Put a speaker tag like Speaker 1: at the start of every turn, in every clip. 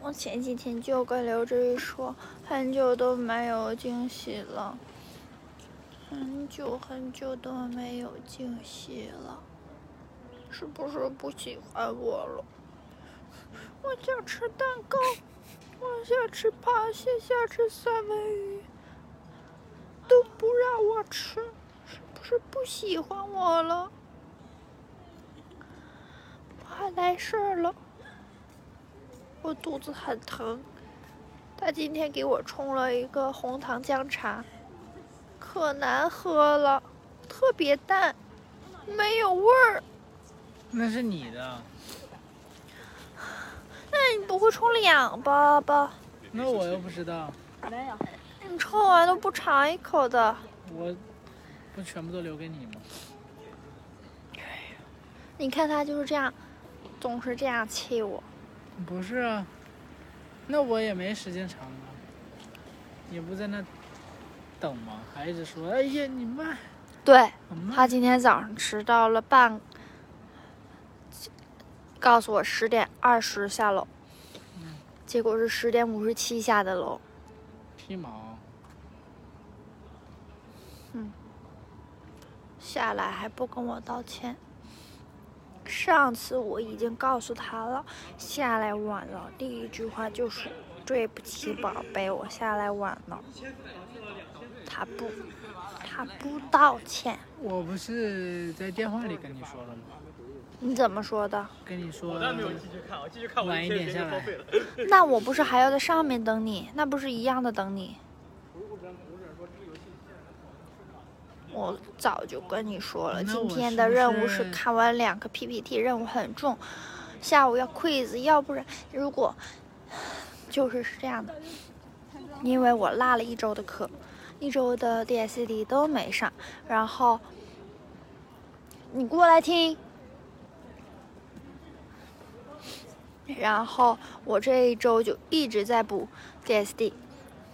Speaker 1: 我前几天就跟刘志宇说，很久都没有惊喜了，很久很久都没有惊喜了，是不是不喜欢我了？我想吃蛋糕，我想吃螃蟹，想吃三文鱼，都不让我吃，是不是不喜欢我了？怕来事儿了。我肚子很疼，他今天给我冲了一个红糖姜茶，可难喝了，特别淡，没有味儿。
Speaker 2: 那是你的，
Speaker 1: 那你不会冲两包吧？
Speaker 2: 那我又不知道，
Speaker 1: 你冲完都不尝一口的，
Speaker 2: 我不全部都留给你吗？
Speaker 1: 你看他就是这样，总是这样气我。
Speaker 2: 不是啊，那我也没时间尝啊，也不在那等嘛，还一直说，哎呀，你慢，
Speaker 1: 对
Speaker 2: 我慢，
Speaker 1: 他今天早上迟到了半，告诉我十点二十下楼，结果是十点五十七下的楼。
Speaker 2: 皮毛，
Speaker 1: 下来还不跟我道歉。上次我已经告诉他了，下来晚了。第一句话就是“对不起，宝贝，我下来晚了。”他不，他不道歉。
Speaker 2: 我不是在电话里跟你说了吗？
Speaker 1: 你怎么说的？
Speaker 2: 跟你说，
Speaker 3: 但没有继续看，我继续看我
Speaker 2: 晚一
Speaker 3: 天
Speaker 2: 点
Speaker 3: 别人
Speaker 2: 下
Speaker 3: 报
Speaker 2: 来
Speaker 3: 废了。
Speaker 1: 那我不是还要在上面等你？那不是一样的等你？我早就跟你说了，
Speaker 2: 那
Speaker 1: 今
Speaker 2: 我
Speaker 1: 天
Speaker 2: 是
Speaker 1: 的
Speaker 2: 不
Speaker 1: 任务是
Speaker 2: 是
Speaker 1: 看完两个 PPT，任务很重，下午要 quiz，要不然如果就是是这样的，因为我落了一周的课，一周的 DSD 都没上，然后你过来听。然后我这一周就一直在补 DSD，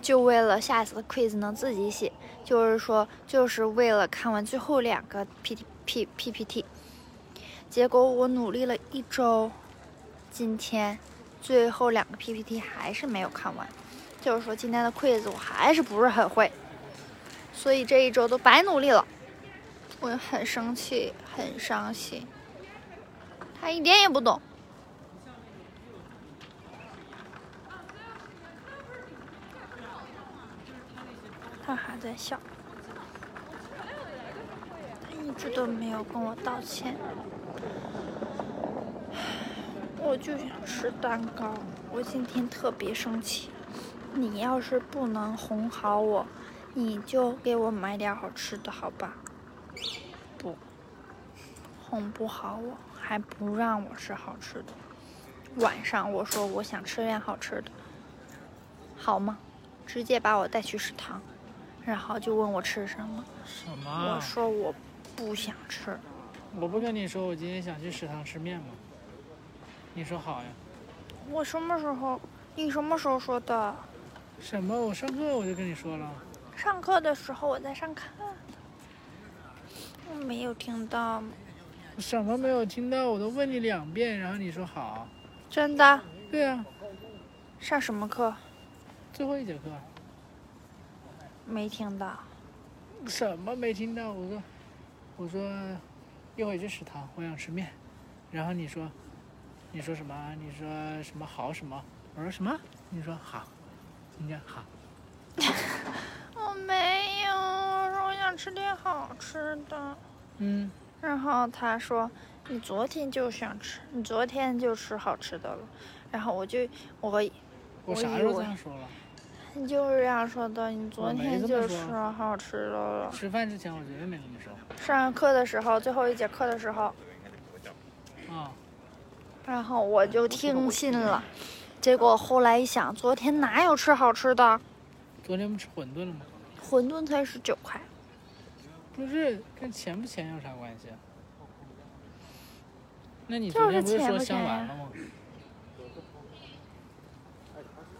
Speaker 1: 就为了下次的 quiz 能自己写，就是说就是为了看完最后两个 P T P P P T。结果我努力了一周，今天最后两个 P P T 还是没有看完，就是说今天的 quiz 我还是不是很会，所以这一周都白努力了，我很生气，很伤心。他一点也不懂。他还在笑，他一直都没有跟我道歉。我就想吃蛋糕，我今天特别生气。你要是不能哄好我，你就给我买点好吃的，好吧？不，哄不好我，还不让我吃好吃的。晚上我说我想吃点好吃的，好吗？直接把我带去食堂，然后就问我吃什么。
Speaker 2: 什
Speaker 1: 我
Speaker 2: 么？啊
Speaker 1: 说我不想吃，
Speaker 2: 我不跟你说，我今天想去食堂吃面吗？你说好呀。
Speaker 1: 我什么时候？你什么时候说的？
Speaker 2: 什么？我上课我就跟你说了，
Speaker 1: 上课的时候我在上课，我没有听到吗，
Speaker 2: 什么没有听到？我都问你两遍，然后你说好。
Speaker 1: 真的？
Speaker 2: 对啊，
Speaker 1: 上什么课？
Speaker 2: 最后一节课，啊
Speaker 1: 没听到。
Speaker 2: 什么没听到？我说，我说，一会儿去食堂，我想吃面。然后你说，你说什么？啊你说什么好什么？我说什么？你说好，你讲好。
Speaker 1: 我没有，我说我想吃点好吃的。
Speaker 2: 嗯，
Speaker 1: 然后他说：“你昨天就想吃，你昨天就吃好吃的了。”然后我就我
Speaker 2: 我
Speaker 1: 我
Speaker 2: 啥
Speaker 1: 以
Speaker 2: 时候这
Speaker 1: 为
Speaker 2: 样说了？
Speaker 1: 你就是这样说的，你昨
Speaker 2: 我没
Speaker 1: 天
Speaker 2: 这
Speaker 1: 就
Speaker 2: 么
Speaker 1: 吃
Speaker 2: 说
Speaker 1: 好吃的了。
Speaker 2: 吃饭之前我绝对没跟你说。
Speaker 1: 上课的时候，最后一节课的时候，
Speaker 2: 啊、
Speaker 1: 然后嗯我就听信了。结果后来一想，昨天哪有吃好吃的？
Speaker 2: 昨天不吃馄饨了吗？
Speaker 1: 馄饨才十九块，
Speaker 2: 不是，跟钱不钱有啥关系啊？那你
Speaker 1: 就
Speaker 2: 昨天
Speaker 1: 是
Speaker 2: 不是
Speaker 1: 钱
Speaker 2: 说
Speaker 1: 不
Speaker 2: 香
Speaker 1: 钱
Speaker 2: 丸
Speaker 1: 呀
Speaker 2: 了吗？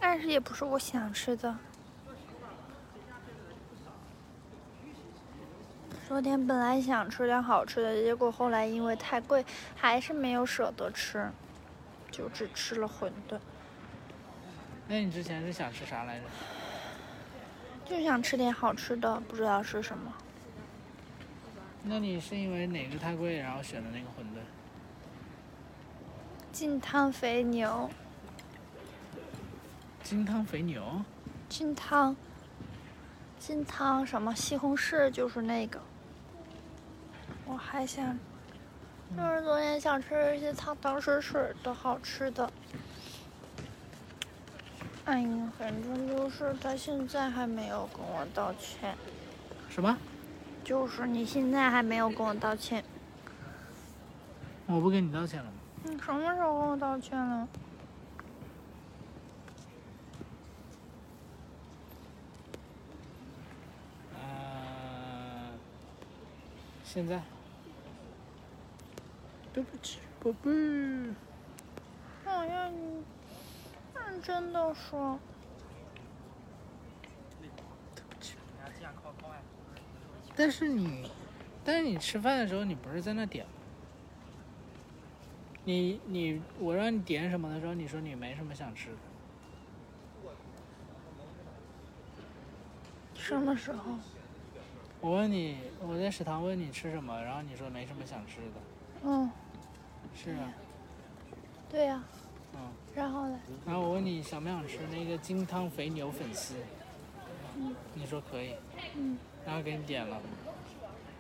Speaker 1: 但是也不是我想吃的。昨天本来想吃点好吃的，结果后来因为太贵，还是没有舍得吃，就只吃了馄饨。
Speaker 2: 那你之前是想吃啥来着？
Speaker 1: 就想吃点好吃的，不知道是什么。
Speaker 2: 那你是因为哪个太贵，然后选的那个馄饨？
Speaker 1: 劲汤肥牛，
Speaker 2: 金汤肥牛？
Speaker 1: 劲汤，劲汤什么西红柿就是那个。我还想，就是昨天想吃一些汤汤水水的好吃的。哎呀，反正就是他现在还没有跟我道歉，
Speaker 2: 什么？
Speaker 1: 就是你现在还没有跟我道歉。
Speaker 2: 我不跟你道歉了吗？
Speaker 1: 你嗯什么时候跟我道歉了？
Speaker 2: 呃，现在。对不起，宝贝。
Speaker 1: 好像你认真的说，
Speaker 2: 但是你，但是你吃饭的时候，你不是在那点吗？你你我让你点什么的时候，你说你没什么想吃的。
Speaker 1: 什么时候？
Speaker 2: 我问你，我在食堂问你吃什么，然后你说没什么想吃的。
Speaker 1: 嗯，
Speaker 2: 是啊，
Speaker 1: 对呀、
Speaker 2: 嗯。
Speaker 1: 然后嘞，
Speaker 2: 然后我问你想不想吃那个金汤肥牛粉丝，你说可以，
Speaker 1: 嗯
Speaker 2: 然后给你点了，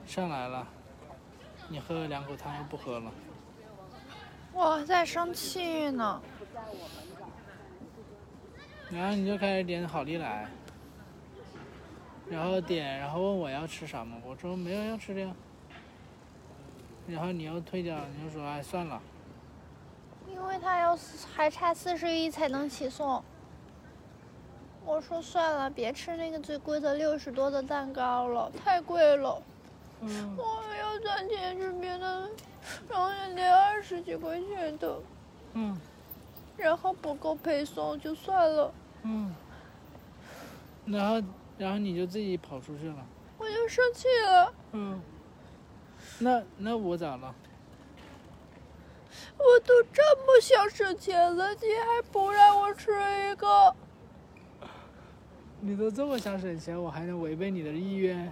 Speaker 2: 上来了，你喝了两口汤又不喝了，
Speaker 1: 我在生气呢。
Speaker 2: 然后你就开始点好利来，然后点，然后问我要吃什么，我说没有要吃的呀，然后你又退掉，你就说哎算了，
Speaker 1: 因为他要四还差四十一才能起送。我说算了，别吃那个最贵的六十多的蛋糕了，太贵了。
Speaker 2: 嗯，
Speaker 1: 我要攒钱吃别的，然后也得二十几块钱的，
Speaker 2: 嗯
Speaker 1: 然后不够配送就算了，
Speaker 2: 嗯，然后然后你就自己跑出去了，
Speaker 1: 我就生气了。
Speaker 2: 嗯，那那我咋了？
Speaker 1: 我都这么想省钱了，你还不让我吃一个？
Speaker 2: 你都这么想省钱，我还能违背你的意愿？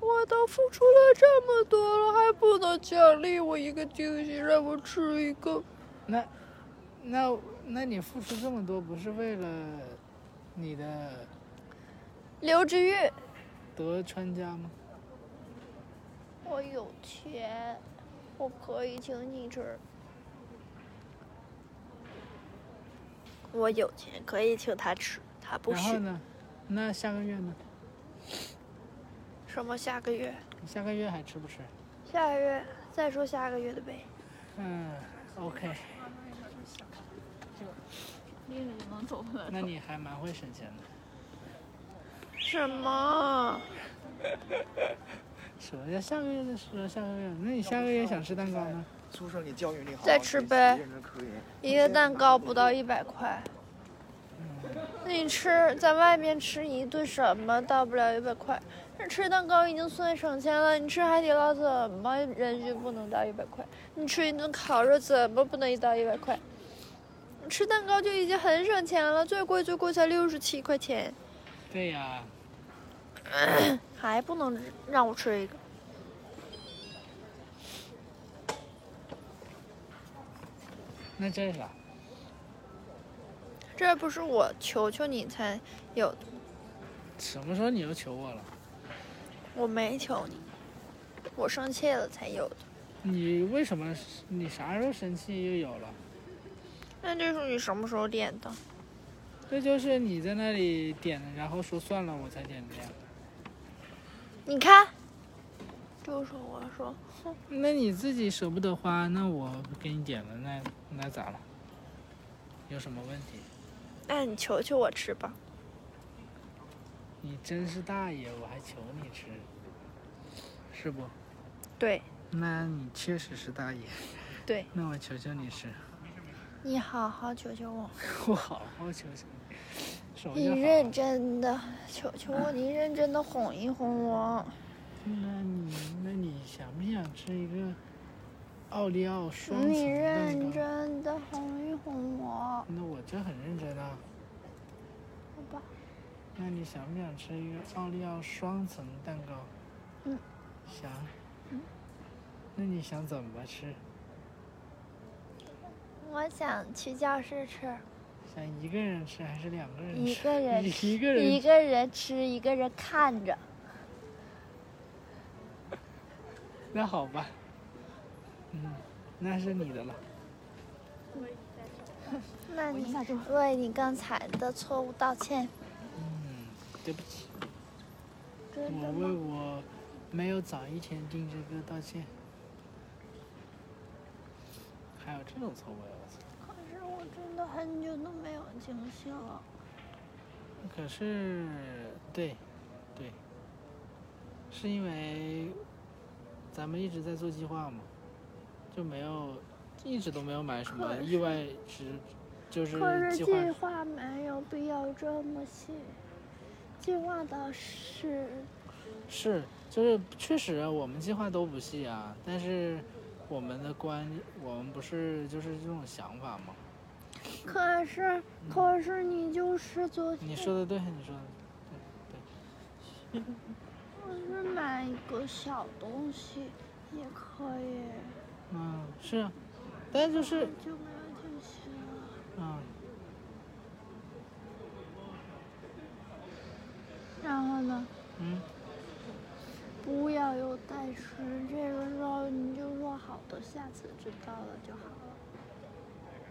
Speaker 1: 我都付出了这么多了，还不能奖励我一个惊喜，让我吃一个？
Speaker 2: 那，那，那你付出这么多，不是为了你的
Speaker 1: 刘志玉，
Speaker 2: 德川家吗？
Speaker 1: 我有钱，我可以请你吃。我有钱可以请他吃，他不
Speaker 2: 然后
Speaker 1: 许。
Speaker 2: 呢？那下个月呢？
Speaker 1: 什么下个月？
Speaker 2: 你下个月还吃不吃？
Speaker 1: 下个月再说下个月的呗。
Speaker 2: 嗯，OK，
Speaker 3: 拎着就能走回来。
Speaker 2: 那你还蛮会省钱的。
Speaker 1: 什么？
Speaker 2: 什么叫下个月的时候？下个月？那你下个月想吃蛋糕呢？
Speaker 4: 宿舍里教育你好好
Speaker 1: 再
Speaker 4: 学习，
Speaker 1: 吃呗
Speaker 4: 认真科研。
Speaker 1: 一个蛋糕不到一百块。那你吃在外面吃一顿什么，到不了一百块。这吃蛋糕已经算省钱了，你吃海底捞怎么人均不能到一百块？你吃一顿烤肉怎么不能到一百块？你吃蛋糕就已经很省钱了，最贵最贵才六十七块钱，
Speaker 2: 对呀、
Speaker 1: 还不能让我吃一个。
Speaker 2: 那这是啥？
Speaker 1: 这不是我求求你才有的，
Speaker 2: 什么时候你又求我了？
Speaker 1: 我没求你，我生气了才有的。
Speaker 2: 你为什么？你啥时候生气又有了？
Speaker 1: 那这是你什么时候点的？
Speaker 2: 这就是你在那里点的，然后说算了，我才点的呀。
Speaker 1: 你看，就是我说，
Speaker 2: 那你自己舍不得花，那我给你点了，那那咋了？有什么问题？
Speaker 1: 那你求求我吃吧。
Speaker 2: 你真是大爷，我还求你吃，是不？
Speaker 1: 对，
Speaker 2: 那你确实是大爷。
Speaker 1: 对。
Speaker 2: 那我求求你吃，
Speaker 1: 你好好求求我，
Speaker 2: 我好好求求你。什么
Speaker 1: 你
Speaker 2: 叫好
Speaker 1: 认？真的求求我，你认真的哄一哄我。
Speaker 2: 那你那你想不想吃一个奥利奥双层
Speaker 1: 嗯你
Speaker 2: 蛋
Speaker 1: 认
Speaker 2: 糕。
Speaker 1: 真的哄一哄我，
Speaker 2: 那我这很认真啊。
Speaker 1: 好吧？
Speaker 2: 那你想不想吃一个奥利奥双层蛋糕？
Speaker 1: 嗯。
Speaker 2: 想。那你想怎么吃？
Speaker 1: 我想去教室吃，
Speaker 2: 想一个人吃还是两个人吃？
Speaker 1: 一个人吃，
Speaker 2: 一个人
Speaker 1: 一个人吃，一个人看着。
Speaker 2: 那好吧，嗯，那是你的了。
Speaker 1: 那你为你刚才的错误道歉，
Speaker 2: 嗯，对不起，
Speaker 1: 真
Speaker 2: 我
Speaker 1: 的
Speaker 2: 为
Speaker 1: 吗？
Speaker 2: 我没有早一天订这个道歉。还有这种错误呀！我操！
Speaker 1: 可是我真的很久都没有惊喜了。
Speaker 2: 可是，对，对，是因为咱们一直在做计划嘛，就没有一直都没有买什么
Speaker 1: 可
Speaker 2: 意外值，就是
Speaker 1: 可是
Speaker 2: 计
Speaker 1: 嗯计
Speaker 2: 划
Speaker 1: 划没有必要这么细，计划倒是
Speaker 2: 是，就是确实啊我们计划都不细啊，但是我们的观，我们不是就是这种想法吗？
Speaker 1: 可是，可是你就是昨天，
Speaker 2: 你说的对，你说的
Speaker 1: 可是买一个小东西也可以，
Speaker 2: 对，嗯，是啊，但就是
Speaker 1: 就没有惊喜了。
Speaker 2: 嗯，
Speaker 1: 然后呢，
Speaker 2: 嗯，
Speaker 1: 不要有代吃，这个时候你就说好的，下次知道了就好了。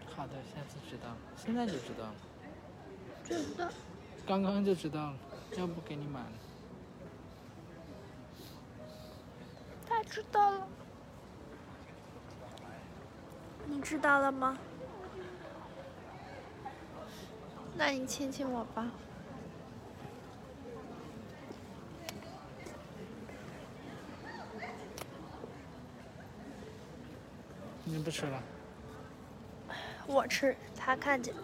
Speaker 2: 好的，下次知道了，现在就知道了，
Speaker 1: 知道，
Speaker 2: 刚刚就知道了，要不给你买了，
Speaker 1: 他知道了。你知道了吗？那你亲亲我吧。
Speaker 2: 你不吃了，
Speaker 1: 我吃，他看见。